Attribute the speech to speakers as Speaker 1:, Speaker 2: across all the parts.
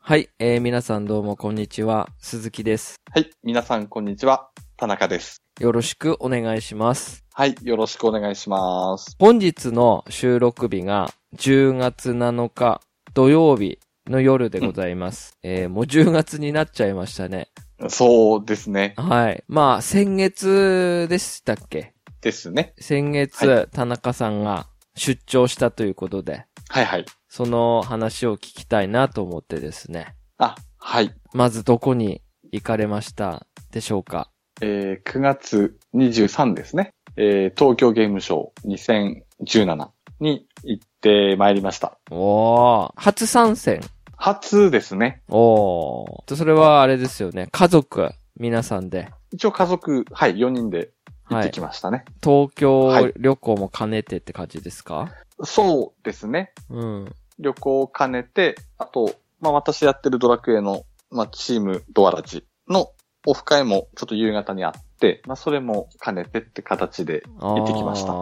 Speaker 1: はい、えー、皆さんどうもこんにちは。鈴木です。
Speaker 2: はい。皆さん、こんにちは。田中です。
Speaker 1: よろしくお願いします。
Speaker 2: はい。よろしくお願いします。
Speaker 1: 本日の収録日が10月7日土曜日の夜でございます。えー、もう10月になっちゃいましたね。
Speaker 2: そうですね。
Speaker 1: はい。まあ、先月でしたっけ
Speaker 2: ですね。
Speaker 1: 先月、
Speaker 2: は
Speaker 1: 田中さんが出張したということで、
Speaker 2: はいはい。
Speaker 1: その話を聞きたいなと思ってですね。
Speaker 2: あ、はい。
Speaker 1: まずどこに行かれましたでしょうか
Speaker 2: えー、9月23ですね。えー、東京ゲームショー2017に行ってまいりました。
Speaker 1: おー、初参戦。
Speaker 2: 初ですね。
Speaker 1: おー。とそれはあれですよね。家族、皆さんで。
Speaker 2: 一応家族、はい、4人で行っ
Speaker 1: は
Speaker 2: て
Speaker 1: い
Speaker 2: き。ましたね。
Speaker 1: 東京
Speaker 2: い
Speaker 1: 旅行も兼ねてって感じですか、
Speaker 2: そうですね。
Speaker 1: うん。
Speaker 2: 旅行を兼ねて、あと、まあ、私やってるドラクエの、まあ、チームドアラジのオフ会もちょっと夕方にあって、まあ、それも兼ねてって形で、
Speaker 1: 行
Speaker 2: ってきました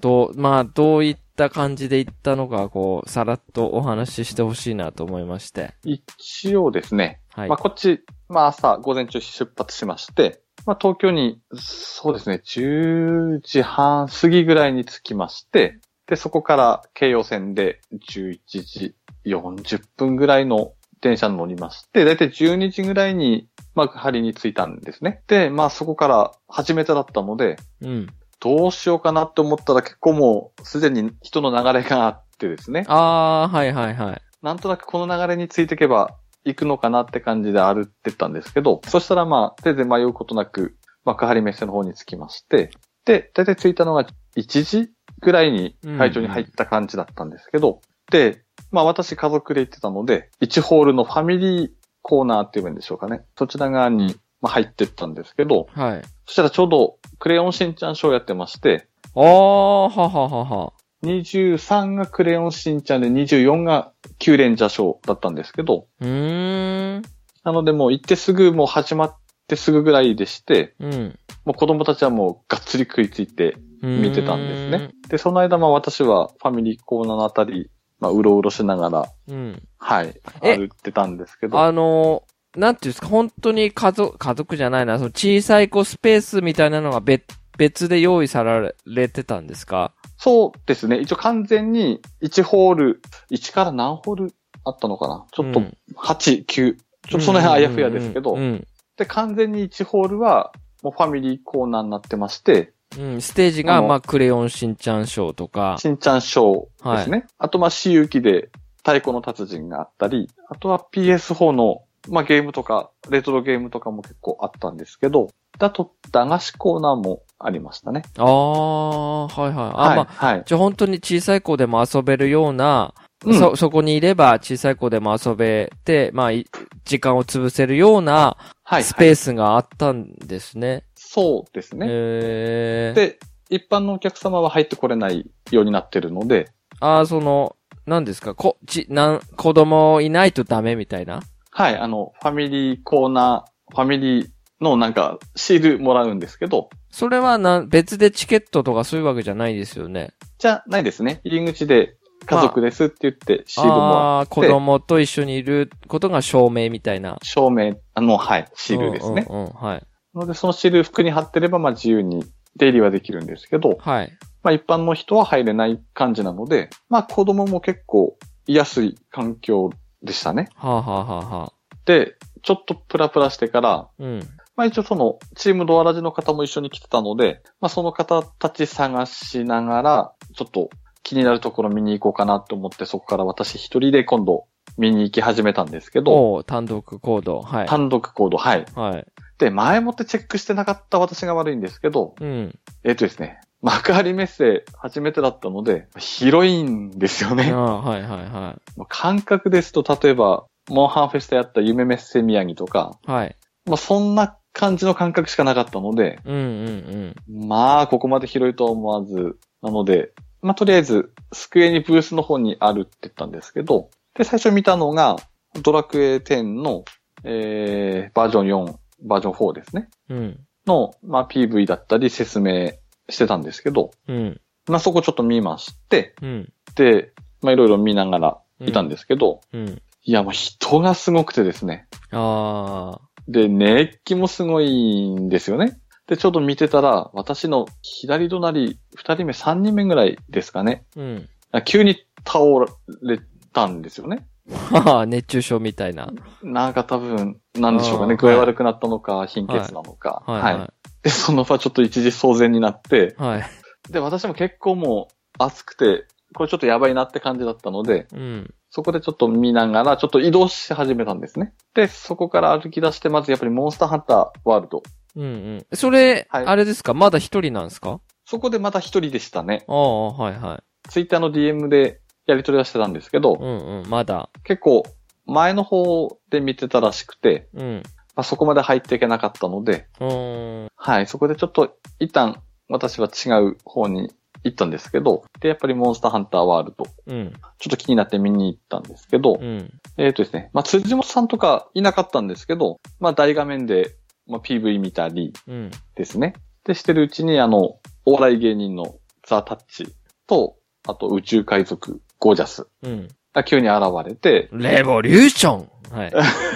Speaker 1: どう、まあ、どういった感じで行ったのか、こう、さらっとお話ししてほしいなと思いまして。
Speaker 2: 一応ですね、
Speaker 1: はい。
Speaker 2: まあ、こっち、まあ、朝、午前中出発しまして、まあ、東京に、そうですね、10時半過ぎぐらいに着きまして、で、そこから京葉線で11時40分ぐらいの電車に乗りまして、だいたい12時ぐらいに幕張に着いたんですね。で、まあそこから初めてだったので、
Speaker 1: うん。
Speaker 2: どうしようかなって思ったら結構もうすでに人の流れがあってですね、
Speaker 1: あー、はいはいはい。
Speaker 2: なんとなくこの流れについていけば行くのかなって感じで歩ってったんですけど、そしたらまあ、全然迷うことなく幕張メッセの方に着きまして、で、大体着いたのが1時ぐらいに会場に入った感じだったんですけど、で、まあ私家族で行ってたので、1ホールのファミリーコーナーっていうんでしょうかね。そちら側にまあ入ってったんですけど、
Speaker 1: はい。
Speaker 2: そしたらちょうどクレヨンしんちゃんショーやってまして、
Speaker 1: あー、はははは。
Speaker 2: 23がクレヨンしんちゃんで24がキューレンジャーショーだったんですけど、
Speaker 1: うーん。
Speaker 2: なのでもう行ってすぐもう始まってすぐぐらいでして、
Speaker 1: うん。
Speaker 2: もう子供たちはもうがっつり食いついて、見てたんですね。で、その間まあ私はファミリーコーナーのあたり、まあうろうろしながら、
Speaker 1: うん。
Speaker 2: はい、
Speaker 1: え
Speaker 2: 歩ってたんですけど、
Speaker 1: あのーなんていうんですか、本当に家族、家族じゃないな、その小さい子スペースみたいなのが別、別で用意されてたんですか
Speaker 2: そうですね、一応完全に1ホール、1から何ホールあったのかなちょっと
Speaker 1: うん
Speaker 2: 8、9、ちょっとその辺あやふやですけど、
Speaker 1: うんうん
Speaker 2: で、完全に1ホールはもうファミリーコーナーになってまして、
Speaker 1: うん。うん、ステージが、
Speaker 2: あの
Speaker 1: まあ、クレヨンしんちゃんショーとか、
Speaker 2: しんちゃんショーですね。あと、まあ、私有記で太鼓の達人があったり、あとは PS4 の、まあ、ゲームとか、レトロゲームとかも結構あったんですけど、だと、駄菓子コーナーもありましたね。
Speaker 1: ああ、はいはい。あ、
Speaker 2: はい、
Speaker 1: まあ、
Speaker 2: はい。
Speaker 1: じゃあ本当に小さい子でも遊べるような、
Speaker 2: うん
Speaker 1: そ、そこにいれば小さい子でも遊べて、まあ、い時間を潰せるような
Speaker 2: はい。
Speaker 1: スペ
Speaker 2: はい
Speaker 1: ースがあったんですね。
Speaker 2: そうですね。
Speaker 1: えー、
Speaker 2: で、一般のお客様は入ってこれないようになってるので、
Speaker 1: ああ、その、何ですか、こ、ち、なん、子供いないとダメみたいな。
Speaker 2: はい、あの、ファミリーコーナー、ファミリーのなんか、シールもらうんですけど、
Speaker 1: それはなん、別でチケットとかそういうわけじゃないですよね。
Speaker 2: じゃないですね。入り口で、家族ですって言って、シールもらって
Speaker 1: ああー、子供と一緒にいることが証明みたいな。
Speaker 2: 照明、あの、はい、シールですね。
Speaker 1: うんうんうん、はい。
Speaker 2: なので、そのシール服に貼ってれば、まあ自由に出入りはできるんですけど、
Speaker 1: はい。
Speaker 2: まあ一般の人は入れない感じなので、まあ子供も結構居やすい環境でしたね。
Speaker 1: はあ、はあはあはあ、
Speaker 2: で、ちょっとプラプラしてから、
Speaker 1: うん。
Speaker 2: まあ一応その、チームドアラジの方も一緒に来てたので、まあその方たち探しながら、ちょっと気になるところ見に行こうかなと思って、そこから私一人で今度見に行き始めたんですけど、
Speaker 1: おう単独行動。はい。
Speaker 2: 単独行動、はい。
Speaker 1: はい。
Speaker 2: で、前もってチェックしてなかった私が悪いんですけど、
Speaker 1: うん。
Speaker 2: えっ、とですね、幕張メッセ初めてだったので、広いんですよ
Speaker 1: あ
Speaker 2: ね。
Speaker 1: あ、はいはいは
Speaker 2: もう感覚ですと、例えば、モンハンフェスタやった夢メッセ宮城とか、
Speaker 1: い。はい。
Speaker 2: まあそんな感じの感覚しかなかったので、
Speaker 1: うんうん
Speaker 2: まあここまで広いとは思わず、なので、まあとりあえず、机にブースの方にあるって言ったんですけど、で、最初見たのが、ドラクエ10の、えー、バージョン4、バージョン4ですね。
Speaker 1: うん。うん。
Speaker 2: の、まあ、PV だったり説明してたんですけど、
Speaker 1: うん。
Speaker 2: まあ、そこちょっと見まして、
Speaker 1: うん。
Speaker 2: で、まあ、いろいろ見ながらいたんですけど、
Speaker 1: うん。
Speaker 2: いや、もう人がすごくてですね。
Speaker 1: あ
Speaker 2: で、熱気もすごいんですよね。で、ちょうど見てたら、私の左隣、二人目、三人目ぐらいですかね。
Speaker 1: ー。うん。
Speaker 2: あ急に倒れたんですよね。
Speaker 1: はあ、熱中症みたいな。
Speaker 2: なんか多分、なんでしょうかね。
Speaker 1: あー
Speaker 2: 具合悪くなったのか、貧血なのか。
Speaker 1: はい、
Speaker 2: はい。
Speaker 1: は
Speaker 2: で、その場ちょっと一時騒然になって、
Speaker 1: い。はい。
Speaker 2: で、私も結構もう暑くて、これちょっとやばいなって感じだったので、
Speaker 1: うん。
Speaker 2: そこでちょっと見ながら、ちょっと移動し始めたんですね。で、そこから歩き出して、まずやっぱりモンスターハンターワールド。
Speaker 1: うんうん。それ、
Speaker 2: はい
Speaker 1: あれですかまだ一人なんですか
Speaker 2: そこでまた一人でしたね。
Speaker 1: ああ、はいはい。
Speaker 2: ツイッターの DM でやり取りはしてたんですけ
Speaker 1: う
Speaker 2: ど、
Speaker 1: んうん、まだ。
Speaker 2: 結構前の方で見てたらしくて、
Speaker 1: うん。
Speaker 2: まあ、そこまで入っていけなかったので、
Speaker 1: うーん。
Speaker 2: はい、そこでちょっと一旦私は違う方に行ったんですけど、で、やっぱりモンスターハンターワールド、
Speaker 1: うん。
Speaker 2: ちょっと気になって見に行ったんですけど、
Speaker 1: うん。
Speaker 2: えっ、とですね、まあ、辻本さんとかいなかったんですけど、まあ、大画面で、まあ、PV 見たり
Speaker 1: うん。
Speaker 2: ですね。で、してるうちに、あの、お笑い芸人のザ・タッチと、あと宇宙海賊ゴージャス
Speaker 1: うん。、
Speaker 2: が急に現れて
Speaker 1: レボリューションはい。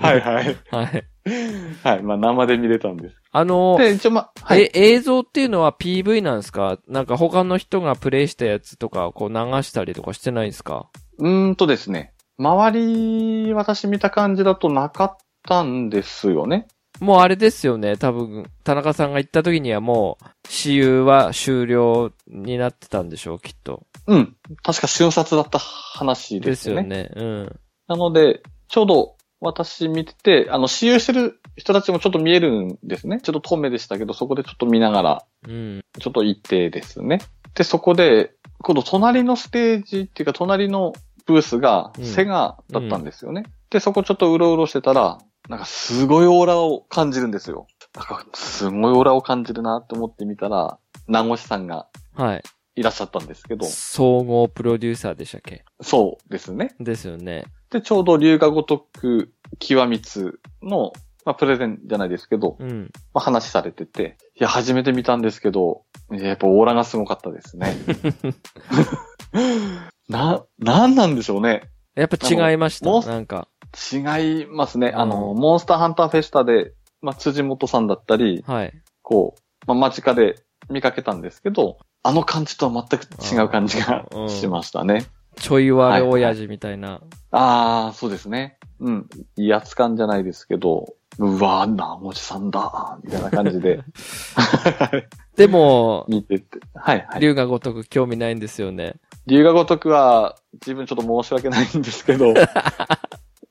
Speaker 2: はいはい。
Speaker 1: はい。
Speaker 2: はい、まあ、生で見れたんです。
Speaker 1: あ の、
Speaker 2: で、一応まあ、はい。
Speaker 1: え、映像っていうのは PV なんですかなんか他の人がプレイしたやつとかをこう流したりとかしてないんですか
Speaker 2: うーんとですね、周り、私見た感じだとなかったんですよね。
Speaker 1: もうあれですよね。多分、田中さんが行った時にはもう、私有は終了になってたんでしょう、きっと。
Speaker 2: うん。確か瞬殺だった話
Speaker 1: で
Speaker 2: ですすよ
Speaker 1: よ
Speaker 2: ね。
Speaker 1: ね。うん。
Speaker 2: なので、ちょうど私見てて、あの、私有してる人たちもちょっと見えるんですね。ちょっと遠目でしたけど、そこでちょっと見ながら、
Speaker 1: うん。
Speaker 2: ちょっと行ってですね。で、そこで、今度隣のステージっていうか、隣のブースが
Speaker 1: うん
Speaker 2: セガだったんですよね。で、そこちょっとうろうろしてたら、なんかすごいオーラを感じるんですよ。なんかすごいオーラを感じるなって思ってみたら、名越さんが
Speaker 1: はい。
Speaker 2: いらっしゃったんですけど、
Speaker 1: 総合プロデューサーでしたっけ
Speaker 2: そうですね。
Speaker 1: ですよね。
Speaker 2: で、ちょうど龍が如く極みつの、まあ、プレゼンじゃないですけど、
Speaker 1: うん。
Speaker 2: まあ、話されてて、いや、初めて見たんですけど、いややっぱオーラがすごかったです ね。な、なんなんでしょうね。
Speaker 1: やっぱ違いまし
Speaker 2: あのも
Speaker 1: た。
Speaker 2: う
Speaker 1: なんか。
Speaker 2: 違いますね。あの、
Speaker 1: う
Speaker 2: モンスターハンターフェスタで、まあ、辻元さんだったり、
Speaker 1: はい。
Speaker 2: こう、まあ、間近で見かけたんですけど、あの感じとは全く違う感じが
Speaker 1: うん
Speaker 2: しましたね。
Speaker 1: ちょい割れ親父みたいな。
Speaker 2: ああ、そうですね。うん。威圧感じゃないですけど、うわー、なもちさんだみたいな感 じで、
Speaker 1: でも、
Speaker 2: 見てて。はい、はい。
Speaker 1: 龍が如く興味ないんですよね。
Speaker 2: 龍が如くは、自分ちょっと申し訳ないんですけ ど、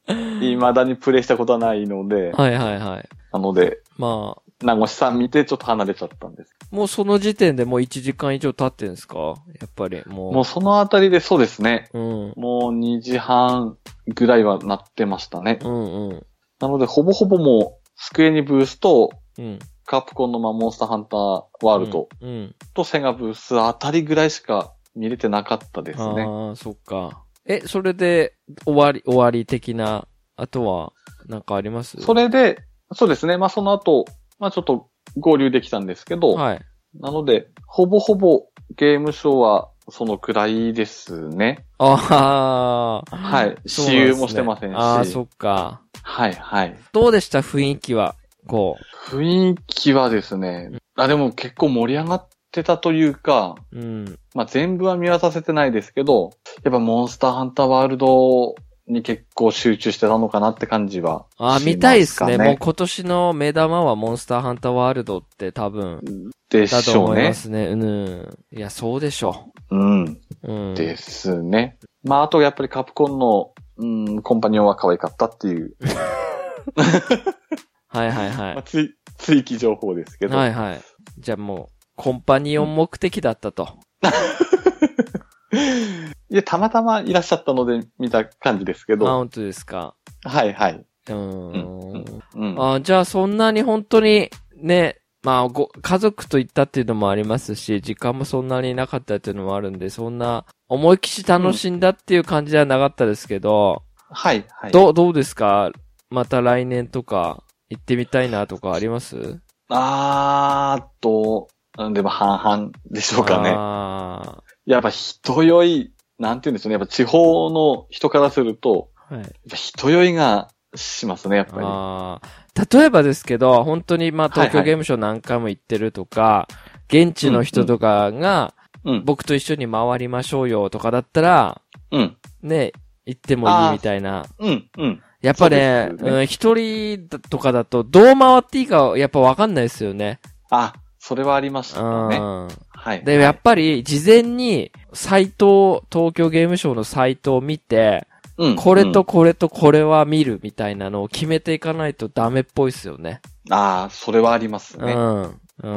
Speaker 2: 未だにプレイしたことはないので、
Speaker 1: はいはいはい。
Speaker 2: なので、
Speaker 1: まあ、
Speaker 2: 名越さん見てちょっと離れちゃったんです。
Speaker 1: もうその時点でもう1時間以上経ってんですかやっぱり、
Speaker 2: も
Speaker 1: も
Speaker 2: うそのあたりでそうですね。
Speaker 1: う。うん。
Speaker 2: もう2時半ぐらいはなってましたね
Speaker 1: う。んうん。
Speaker 2: なので、ほぼほぼもう、スクエニブースと、
Speaker 1: うん。
Speaker 2: カプコンのまあモンスターハンターワ
Speaker 1: あ
Speaker 2: ールド。
Speaker 1: うん。
Speaker 2: とセガブースあたりぐらいしか見れてなかったですね。
Speaker 1: ああ、そっか。え、それで、終わり、終わり的な、あとは、なんかあります
Speaker 2: それで、そうですね。まあその後、まあちょっと合流できたんですけど、
Speaker 1: はい。
Speaker 2: なので、ほぼほぼゲームショーはそのくらいですね。
Speaker 1: ああ。
Speaker 2: はい。
Speaker 1: そう
Speaker 2: 私
Speaker 1: なんですね
Speaker 2: 有もしてませんし。
Speaker 1: ああ、そっか。
Speaker 2: はいはい。
Speaker 1: どうでした雰囲気は。こ
Speaker 2: 雰囲気はですね、あ、でも結構盛り上がってたというか、
Speaker 1: う。うん。
Speaker 2: まあ全部は見渡せてないですけど、やっぱモンスターハンターワールドに結構集中してたのかなって感じはし
Speaker 1: あ
Speaker 2: ま
Speaker 1: あ、
Speaker 2: すか、
Speaker 1: 見たいですね。もう今年の目玉はモンスターハンターワールドって多分、
Speaker 2: で
Speaker 1: だ
Speaker 2: し
Speaker 1: と
Speaker 2: ょう
Speaker 1: 思いま
Speaker 2: ね。
Speaker 1: すね。うん。いや、そうでしょ
Speaker 2: うん。
Speaker 1: う。うん。
Speaker 2: ですね。まあ、あとやっぱりカプコンの、うん、コンパニオンは可愛かったっていう、
Speaker 1: はいはいは
Speaker 2: まあ、
Speaker 1: い。
Speaker 2: つい、追記情報ですけど。
Speaker 1: はいはい。じゃあもう、コンパニオン目的だったと。
Speaker 2: いや、たまたまいらっしゃったので見た感じですけ
Speaker 1: マ
Speaker 2: ど。
Speaker 1: ウントですか。
Speaker 2: はいはい。
Speaker 1: うー。
Speaker 2: うんうん。
Speaker 1: あじゃあそんなに本当に、ね、まあご、家族と行ったっていうのもありますし、時間もそんなになかったっていうのもあるんで、そんな、思いっきし楽しんだっていう感じではなかったですけど、
Speaker 2: はいはい。
Speaker 1: どう、どうですかまた来年とか、行ってみたいなとかあります
Speaker 2: あーっと、うんでも半々でしょうかね。
Speaker 1: あ
Speaker 2: やっぱ人酔い、なんて言うんでしょうね。やっぱ地方の人からすると、
Speaker 1: ーはい。
Speaker 2: や人酔いがしますね、やっぱり。は
Speaker 1: あー例えばですけど、本当にまあ
Speaker 2: はいはい
Speaker 1: 東京ゲームショウ何回も行ってるとか、現地の人とかが、
Speaker 2: うんうん
Speaker 1: 僕と一緒に回りましょうよとかだったら、
Speaker 2: うん。
Speaker 1: ね、行ってもいいみたいな。
Speaker 2: うん、うん。
Speaker 1: やっぱね、
Speaker 2: そうですよね
Speaker 1: うん一人だとかだと、どう回っていいかやっぱわかんないですよね。
Speaker 2: あ、それはありまし
Speaker 1: う
Speaker 2: たね。
Speaker 1: ん。
Speaker 2: はい。
Speaker 1: で、やっぱり事前に、サイトを、東京ゲームショウのサイトを見て、
Speaker 2: うん
Speaker 1: これと、これとこれは見るみたいなのを決めていかないとダメっぽいですよね。
Speaker 2: うんああ、それはあります
Speaker 1: う
Speaker 2: ね。
Speaker 1: ん。う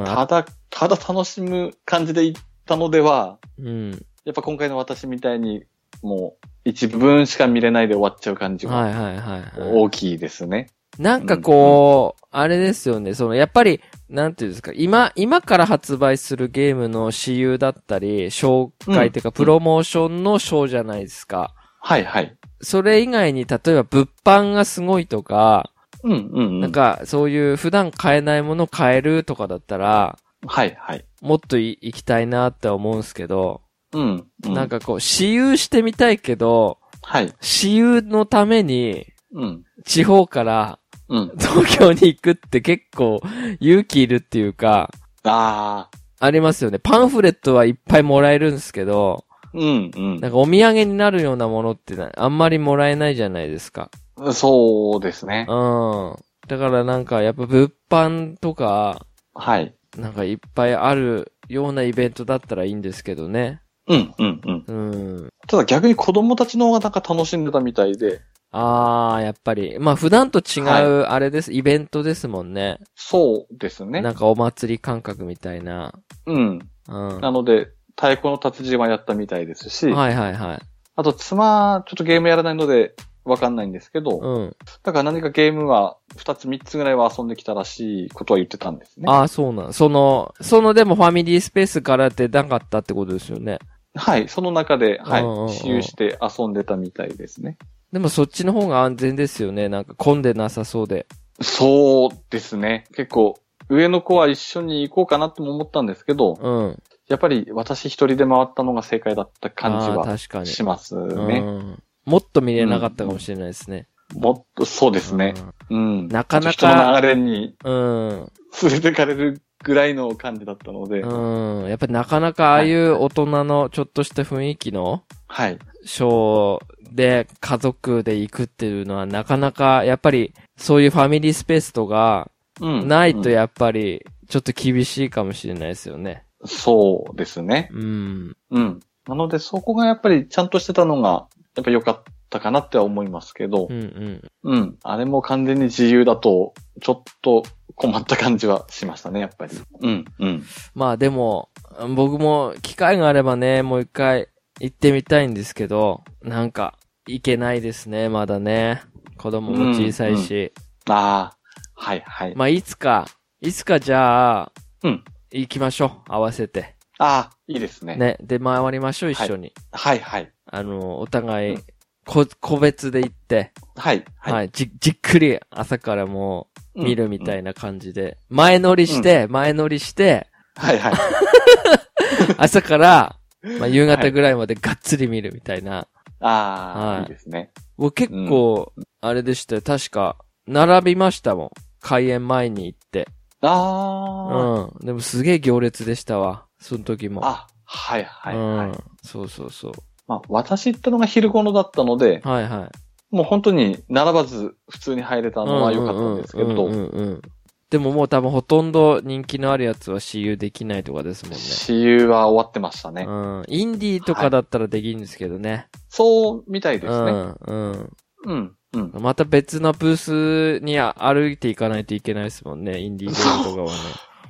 Speaker 1: ん。
Speaker 2: た
Speaker 1: あ
Speaker 2: だ、ただ楽しむ感じで行ったのでは、
Speaker 1: うん。
Speaker 2: やっぱ今回の私みたいに、もう、一部分しか見れないで終わっちゃう感じ
Speaker 1: は
Speaker 2: はい
Speaker 1: はいはい、は
Speaker 2: 大きいですね。
Speaker 1: い。なんかこう、あれですよね、その、やっぱり、なんていうんですか、今、今から発売するゲームの私有だったり、紹介っていうか、
Speaker 2: うん
Speaker 1: プロモーションの賞じゃないですか。
Speaker 2: はいはい。
Speaker 1: それ以外に、例えば物販がすごいとか、
Speaker 2: うんうん、うん。
Speaker 1: なん、か、そういう普段買えないもの買えるとかだったら、
Speaker 2: はいはい。
Speaker 1: もっとい行きたいなって思うんですけど、
Speaker 2: うん、うん。
Speaker 1: なん、かこう、私有してみたいけど、
Speaker 2: はい。
Speaker 1: 私有のために、
Speaker 2: うん、
Speaker 1: 地方から
Speaker 2: うん。
Speaker 1: 東京に行くって結構勇気いるっていうか、
Speaker 2: ああ、
Speaker 1: ありますよね。パンフレットはいっぱいもらえるんですけど、
Speaker 2: うん、うん。
Speaker 1: なんかお土産になるようなものってなあんまりもらえないじゃないですか。
Speaker 2: そうですね。
Speaker 1: うん。だからなんかやっぱ物販とか、
Speaker 2: はい。
Speaker 1: なんかいっぱいあるようなイベントだったらいいんですけどね。
Speaker 2: うん、うん、うん。
Speaker 1: うん。
Speaker 2: ただ逆に子供たちの方がなんか楽しんでたみたいで、
Speaker 1: あー、やっぱり。まあ普段と違
Speaker 2: は
Speaker 1: う、あれです、イベントですもんね。
Speaker 2: そうです
Speaker 1: な
Speaker 2: ね。
Speaker 1: んかお祭り感覚みたいな。
Speaker 2: うん。
Speaker 1: うん。
Speaker 2: なので、太鼓の達人はやったみたいですし、
Speaker 1: はいはいはい。
Speaker 2: あと妻、ちょっとゲームやらないので、わかんないんですけど、
Speaker 1: うん。
Speaker 2: だから何かゲームは2つ3つぐらいは遊んできたらしいことは言ってたんですね。
Speaker 1: ああ、そうなん。その、そのでもファミリースペースから出なかったってことですよね。
Speaker 2: はい、その中で、は
Speaker 1: うんうんうん
Speaker 2: い、私有して遊んでたみたいですね。
Speaker 1: でもそっちの方が安全ですよね。なんか混んでなさそうで。
Speaker 2: そうですね。結構、上の子は一緒に行こうかなとも思ったんですけど、
Speaker 1: うん。
Speaker 2: やっぱり私一人で回ったのが正解だった感じ
Speaker 1: あ
Speaker 2: は
Speaker 1: ー確かに。
Speaker 2: します
Speaker 1: う
Speaker 2: ね。
Speaker 1: ん。もっと見れなかったかもしれないですね。
Speaker 2: もっと、そうですね。うん。
Speaker 1: なかなか
Speaker 2: 人の流れに
Speaker 1: うん。うん。
Speaker 2: 連れてかれるぐらいの感じだったので、
Speaker 1: うん。やっぱなかなかああいう大人のちょっとした雰囲気の
Speaker 2: はい。
Speaker 1: ショーで家族で行くっていうのはなかなかやっぱりそういうファミリースペースとか
Speaker 2: うん
Speaker 1: ないと
Speaker 2: うん
Speaker 1: やっぱりちょっと厳しいかもしれないですよね。
Speaker 2: そうですね。
Speaker 1: うん。
Speaker 2: うん。なので、そこがやっぱりちゃんとしてたのが、やっぱ良かったかなっては思いますけど
Speaker 1: うんう、ん。
Speaker 2: うん。あれも完全に自由だと、ちょっと困った感じはしましたね、やっぱり。うん、うん。
Speaker 1: まあでも、僕も機会があればね、もう一回行ってみたいんですけど、なんか行けないですね、まだね。子供も小さいし。
Speaker 2: ああ、はい、はい。
Speaker 1: まあいつか、いつかじゃあ、
Speaker 2: うん
Speaker 1: 行きましょう、合わせて。
Speaker 2: ああ、いいですね。
Speaker 1: ね。で、回りましょう、一緒に。
Speaker 2: はい、はい。
Speaker 1: あの、お互い、
Speaker 2: うん
Speaker 1: こ、個別で行って、
Speaker 2: はい、
Speaker 1: はい、じ、じっくり朝からもう見るみた
Speaker 2: い。
Speaker 1: いな感じで、前乗りして、前乗りして、
Speaker 2: うんはい、はい。
Speaker 1: 朝 から、まあ、夕
Speaker 2: は
Speaker 1: 方
Speaker 2: い
Speaker 1: ぐらいまでがっつり見るみたいな。
Speaker 2: あ
Speaker 1: は
Speaker 2: あ、
Speaker 1: い
Speaker 2: いいですね。
Speaker 1: 僕結構、あれでしたよ。確か、並びましたもん。開演前に行って。
Speaker 2: あ
Speaker 1: うん。でもすげえ行列でしたわ。その時
Speaker 2: あ、
Speaker 1: も。
Speaker 2: あ、はい、はい、は
Speaker 1: う
Speaker 2: い。
Speaker 1: ん。そうそうそう。
Speaker 2: まあ、私行ったのが昼頃だったので、
Speaker 1: はいはい。
Speaker 2: もう本当に並ばず普通に入れたのは良かったんですけ
Speaker 1: うんうん
Speaker 2: ど、
Speaker 1: うんうんうんでももう多分ほとんど人気のあるやつは私有できないとかですもんね。
Speaker 2: 私有は終わってましたね。
Speaker 1: うん。インディーとかだったらできるんですけどね。
Speaker 2: そうみたいですね。
Speaker 1: うん。
Speaker 2: うん。うん。
Speaker 1: うん。また別のブースにあ歩いていかないといけないですもんね。インディーゲームとかは ね。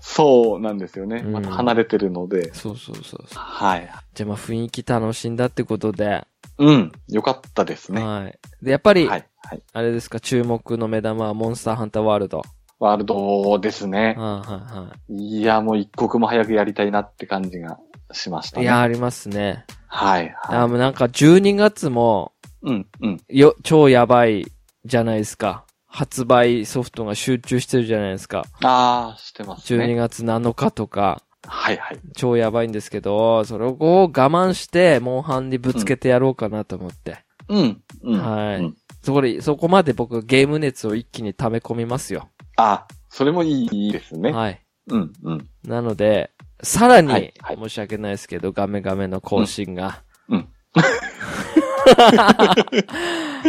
Speaker 2: そうなんですよね。
Speaker 1: うん
Speaker 2: また離れてるので。
Speaker 1: そうそうそうそう。
Speaker 2: はい。
Speaker 1: じゃあまあ雰囲気楽しんだってことで。
Speaker 2: うん。よかったですね。は
Speaker 1: はい。で、やっぱ
Speaker 2: い。
Speaker 1: り、
Speaker 2: はい。はい、
Speaker 1: あれですか、注目の目玉はモンスターハンターワールド。
Speaker 2: ワールドですね
Speaker 1: うん、。はい
Speaker 2: や、もう一刻も早くやりたいなって感じがしまし
Speaker 1: い、
Speaker 2: た
Speaker 1: はい。い
Speaker 2: ね。
Speaker 1: や、ありますね。
Speaker 2: はい。
Speaker 1: あ
Speaker 2: は
Speaker 1: もうなんか12月も、
Speaker 2: い。うん。うん。
Speaker 1: よ、超やばいじゃないですか。発売ソフトが集中してるじゃないですか。
Speaker 2: ああ、してます
Speaker 1: 12
Speaker 2: ね。
Speaker 1: 月7日とか、
Speaker 2: はいはい。
Speaker 1: 超やばいんですけど、それをこう我慢して、モンハンにぶつけてやろうかなと思って。
Speaker 2: うん。うん。
Speaker 1: はい
Speaker 2: うん
Speaker 1: そこで、そこまで僕ゲーム熱を一気に溜め込みますよ。
Speaker 2: あ、それもいいですね。
Speaker 1: はい。
Speaker 2: うん、うん。
Speaker 1: なので、さらに、
Speaker 2: はいはい
Speaker 1: 申し訳ないですけど、ガメガメの更新が。
Speaker 2: うんうん。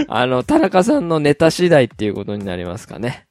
Speaker 1: あの、田中さんのネタ次第っていうことになりますかね。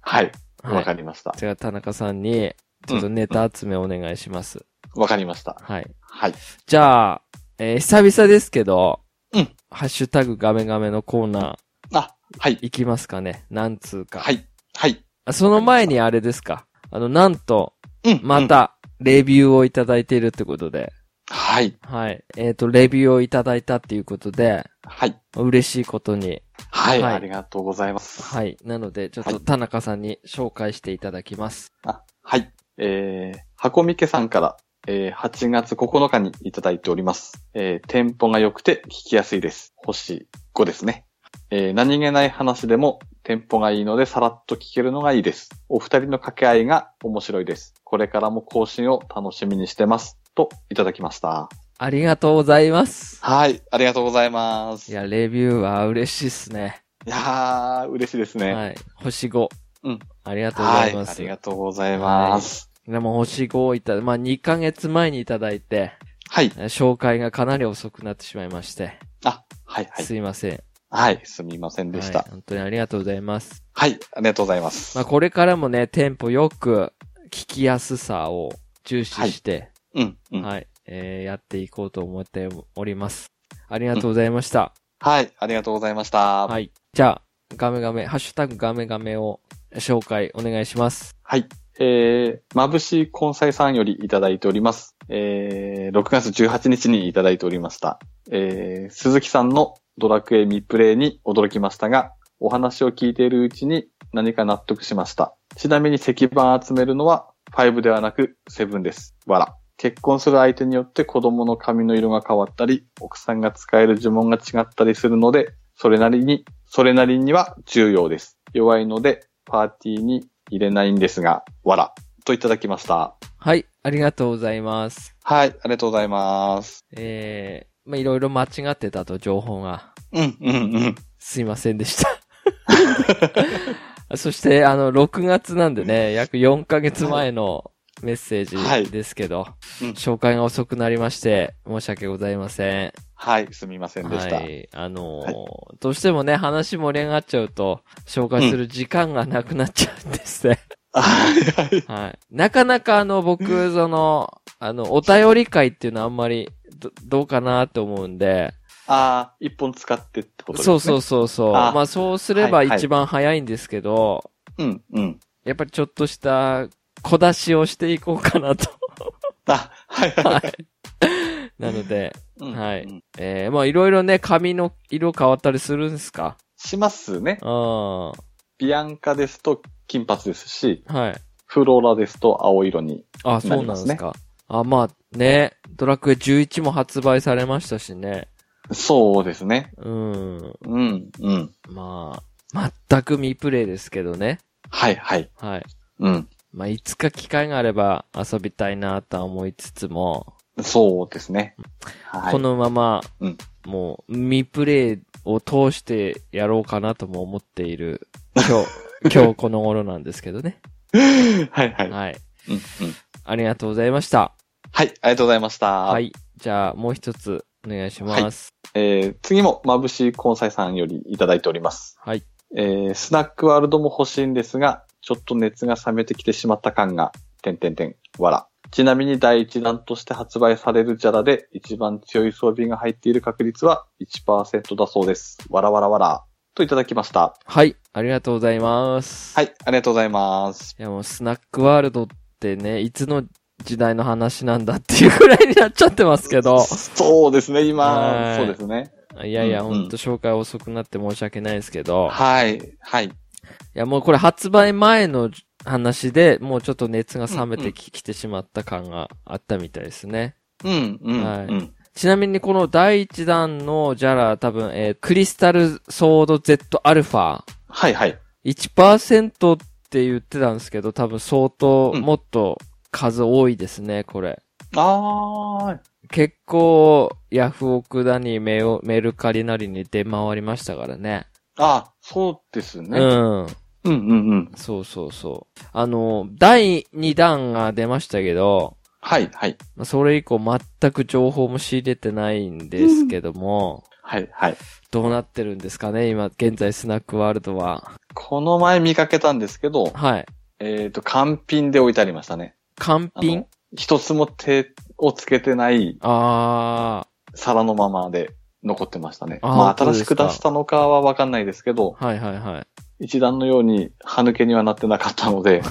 Speaker 2: はい。
Speaker 1: は
Speaker 2: わ
Speaker 1: い
Speaker 2: か。りました。
Speaker 1: じゃあ、田中さんに、ちょっとネタ集めお願いします。
Speaker 2: わかりました。
Speaker 1: はい。
Speaker 2: はい。
Speaker 1: じゃあ、えー久々ですけど、
Speaker 2: うん
Speaker 1: ハッシュタグガメガメのコーナ
Speaker 2: あ、はい
Speaker 1: ー、。いきますかね。何通か。
Speaker 2: はい。はい。
Speaker 1: あその前にあれですか。あの、なんと、
Speaker 2: うん。
Speaker 1: ま
Speaker 2: うん。
Speaker 1: た、レビューをいただいているってことで、
Speaker 2: はい。
Speaker 1: はい。えっ、と、レビューをいただいたっていうことで、
Speaker 2: はい。
Speaker 1: 嬉しいことに。
Speaker 2: はい。
Speaker 1: はい
Speaker 2: ありがとうございます。
Speaker 1: はい。なので、ちょっ
Speaker 2: は
Speaker 1: と
Speaker 2: い
Speaker 1: 田中さんに紹介していただきます。
Speaker 2: あ、はい。えー、箱みけさんから、えー、8月9日にいただいております。えー、テンポが良くて聞きやすいです。星5ですね。えー、何気ない話でもテンポがいいのでさらっと聞けるのがいいです。お二人の掛け合いが面白いです。これからも更新を楽しみにしてます。と、いただきました。
Speaker 1: ありがとうございます。
Speaker 2: はい。ありがとうございます。
Speaker 1: い
Speaker 2: いや
Speaker 1: や、レビューは嬉しいっすね。
Speaker 2: ー、嬉しいですね。
Speaker 1: はい。星5。
Speaker 2: うん。
Speaker 1: ありがとうござ
Speaker 2: はいい。
Speaker 1: ま
Speaker 2: あ
Speaker 1: す。
Speaker 2: りがとうございます。
Speaker 1: でも星5をいただ、まあ、2ヶ月前にいただいて、
Speaker 2: はい。
Speaker 1: えー紹介がかなり遅くなってしまいまして、
Speaker 2: あ、はい、はい。
Speaker 1: すいません。
Speaker 2: はい。すみませんでした
Speaker 1: はい。。本当にありがとうございます。
Speaker 2: はい、ありがとうございます。
Speaker 1: まあ、これからもね、テンポよく、聞きやすさを重視して、
Speaker 2: うん、うん。はい、
Speaker 1: はい、えー、やっていこうと思っております。ありがとうございました。
Speaker 2: ありがとうございました。はい。
Speaker 1: はい。じゃあ、ガメガメ、ハッシュタグガメガメを紹介お願いします。
Speaker 2: えー、まぶしい根菜さんよりいただいております。えー、6月18日にいただいておりました。えー、鈴木さんのドラクエミプレイに驚きましたが、お話を聞いているうちに何か納得しました。ちなみに石板集めるのは5ではなく7です。わら。結婚する相手によって子供の髪の色が変わったり、奥さんが使える呪文が違ったりするので、それなりに、それなりには重要です。弱いので、パーティーに入れないんですが、わら。といただきました。
Speaker 1: はい、ありがとうございます。
Speaker 2: はい、ありがとうございます。
Speaker 1: えー、まあ、いろいろ間違ってたと情報が、
Speaker 2: うん、うん、うん。
Speaker 1: すいませんで した。そして、あの、6月なんでね、約4ヶ月前のメッセ
Speaker 2: は
Speaker 1: ー
Speaker 2: い
Speaker 1: ジですけど、
Speaker 2: うん
Speaker 1: 紹介が遅くなりまして、申し訳ございません。
Speaker 2: はい、すみませんでした。
Speaker 1: はい。あのー
Speaker 2: は
Speaker 1: どうしてもね、話盛り上がっちゃうと、紹介する時間がなくなっちゃうんですね。
Speaker 2: はい、はい。
Speaker 1: はい。なかなかあの、僕、その、あの、お便り会っていうのはあんまり、ど、どうかなと思うんで。
Speaker 2: ああ、一本使ってってことです
Speaker 1: そ
Speaker 2: ね。
Speaker 1: うそううそうそう。
Speaker 2: あ
Speaker 1: まあ、そうすれば
Speaker 2: はいはい
Speaker 1: 一番早いんですけど、
Speaker 2: そう。うん、うん。
Speaker 1: やっぱりちょっとした、小出しをしていこうかな と。
Speaker 2: あ、はい、はい。
Speaker 1: なので、
Speaker 2: うん
Speaker 1: はい
Speaker 2: うん
Speaker 1: えー、まあ、いろいろね、髪の色変わったりするんですか
Speaker 2: しますね。
Speaker 1: うん。は
Speaker 2: ビアンカですと金髪ですし、
Speaker 1: い。
Speaker 2: フローラですと青色に。
Speaker 1: あ、そうなんですか。あ、まあね、ドラクエ11も発売されましたしね。
Speaker 2: そうですね。
Speaker 1: うん。
Speaker 2: うん、うん。
Speaker 1: まあ、全く未プレイですけどね。
Speaker 2: はい、はい。
Speaker 1: はい。
Speaker 2: うん。
Speaker 1: まあ、いつか機会があれば遊びたいなとは思いつつも、
Speaker 2: そうですね。はい。
Speaker 1: このまま、
Speaker 2: うん
Speaker 1: もう未プレイを通してやろうかなとも思っている、今日、 今日この頃なんですけどね。
Speaker 2: はい、はい。
Speaker 1: はい。
Speaker 2: うん、うん。
Speaker 1: ありがとうございました。
Speaker 2: はい、ありがとうございました。
Speaker 1: は。い。じゃあ、もう一つお願いします。
Speaker 2: えー、次も、まぶしい根菜さんよりいただいております。
Speaker 1: はい。
Speaker 2: えー、スナックワールドも欲しいんですが、ちょっと熱が冷めてきてしまった感が、てんてんてん、わら。ちなみに第一弾として発売されるジャラで一番強い装備が入っている確率は1%だそうです。わらわらわら。といただきました。
Speaker 1: はい。ありがとうございます。
Speaker 2: はい、ありがとうございます。
Speaker 1: いやもうスナックワールドってね、いつの時代の話なんだっていうくらいになっちゃってますけど。
Speaker 2: そうですね、
Speaker 1: は
Speaker 2: 今、
Speaker 1: い
Speaker 2: そうですね。
Speaker 1: いやいや、
Speaker 2: うん
Speaker 1: ほ
Speaker 2: うん
Speaker 1: んと紹介遅くなって申し訳ないですけど。
Speaker 2: はい、はい。
Speaker 1: いやもうこれ発売前の話で、もうちょっと熱が冷めてき,、てしまった感があったみたいですね。
Speaker 2: うん、うん、
Speaker 1: はい
Speaker 2: うん。
Speaker 1: ちなみにこの第1弾のジャラ多分、えークリスタルソード Z アルファ
Speaker 2: はい、はい。
Speaker 1: 1%って言ってたんですけど、多分相当もっと数多いですね、これ。
Speaker 2: あー、
Speaker 1: 結構、ヤフオクだにメオメルカリなりに出回りましたからね。
Speaker 2: あ、そうですね。
Speaker 1: うん。
Speaker 2: うん、うん、うん。
Speaker 1: そうそうそう。あの、第2弾が出ましたけど、
Speaker 2: はい、はい。
Speaker 1: まあそれ以降全く情報も仕入れてないんですけども、
Speaker 2: はい、はい。
Speaker 1: どうなってるんですかね今、現在スナックワールドは。
Speaker 2: この前見かけたんですけど、
Speaker 1: はい。
Speaker 2: えっ、と、完品で置いてありましたね。
Speaker 1: 完
Speaker 2: あの
Speaker 1: 品
Speaker 2: 一つも手をつけてない
Speaker 1: あ
Speaker 2: 皿のままで残ってましたね。
Speaker 1: あー
Speaker 2: まあ、
Speaker 1: 本当
Speaker 2: 新
Speaker 1: で
Speaker 2: し
Speaker 1: す
Speaker 2: く
Speaker 1: か
Speaker 2: 出したのかはわかんないですけど、
Speaker 1: あ、はいはいはい。
Speaker 2: 一段のように歯抜けにはなってなかったの で、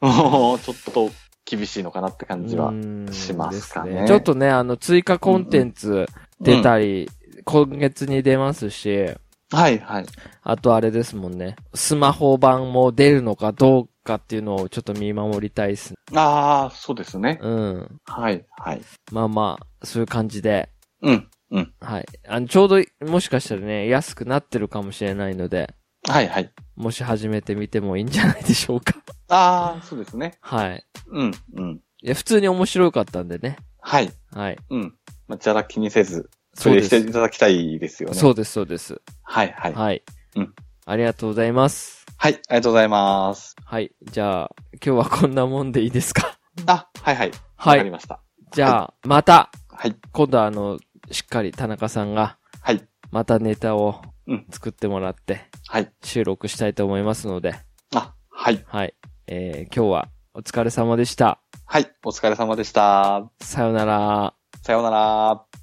Speaker 2: もうちょっと厳しいのかなって感じは。しますかね
Speaker 1: うーんですちょっとね、あの、追加コンテンツ出たり、今月に出ますし、
Speaker 2: はいはい。
Speaker 1: あとあれですもんね、スマホ版も出るのかどうかっていうのをちょっと見守りたいですね。
Speaker 2: ああ、そうですね。
Speaker 1: うん。
Speaker 2: はいはい。
Speaker 1: まあまあ、そういう感じで、
Speaker 2: うんうん。
Speaker 1: はい。あの、ちょうど、もしかしたらね、安くなってるかもしれないので、
Speaker 2: はいはい。
Speaker 1: もし始めてみてもいいんじゃないでしょうか。
Speaker 2: ああ、そうですね。
Speaker 1: はい。
Speaker 2: うんうん。
Speaker 1: いや、普通に面白かったんでね。
Speaker 2: はい。
Speaker 1: はい。
Speaker 2: うん。まあ、じゃら気にせず、プ
Speaker 1: そう
Speaker 2: レイ
Speaker 1: で
Speaker 2: し
Speaker 1: す。
Speaker 2: ていただきたいですよね。
Speaker 1: そうです、そうです。
Speaker 2: はいはい。はい。
Speaker 1: はい。
Speaker 2: うん。
Speaker 1: ありがとうございます。
Speaker 2: ありがとうございます。
Speaker 1: はい。じゃあ、今日はこんなもんでいいですか
Speaker 2: あ、はいはい。わ
Speaker 1: は
Speaker 2: かり
Speaker 1: い。
Speaker 2: ました。
Speaker 1: じゃあ、また、
Speaker 2: はい。
Speaker 1: 今度はあの、しっかり田中さんが、
Speaker 2: はい。
Speaker 1: またネタを
Speaker 2: うん
Speaker 1: 作ってもらって、
Speaker 2: はい。
Speaker 1: 収録したいと思いますので、
Speaker 2: あ、はい。
Speaker 1: はい。えー、今日はお疲れ様でした。
Speaker 2: はい。お疲れ様でした。
Speaker 1: さよなら。
Speaker 2: さようなら。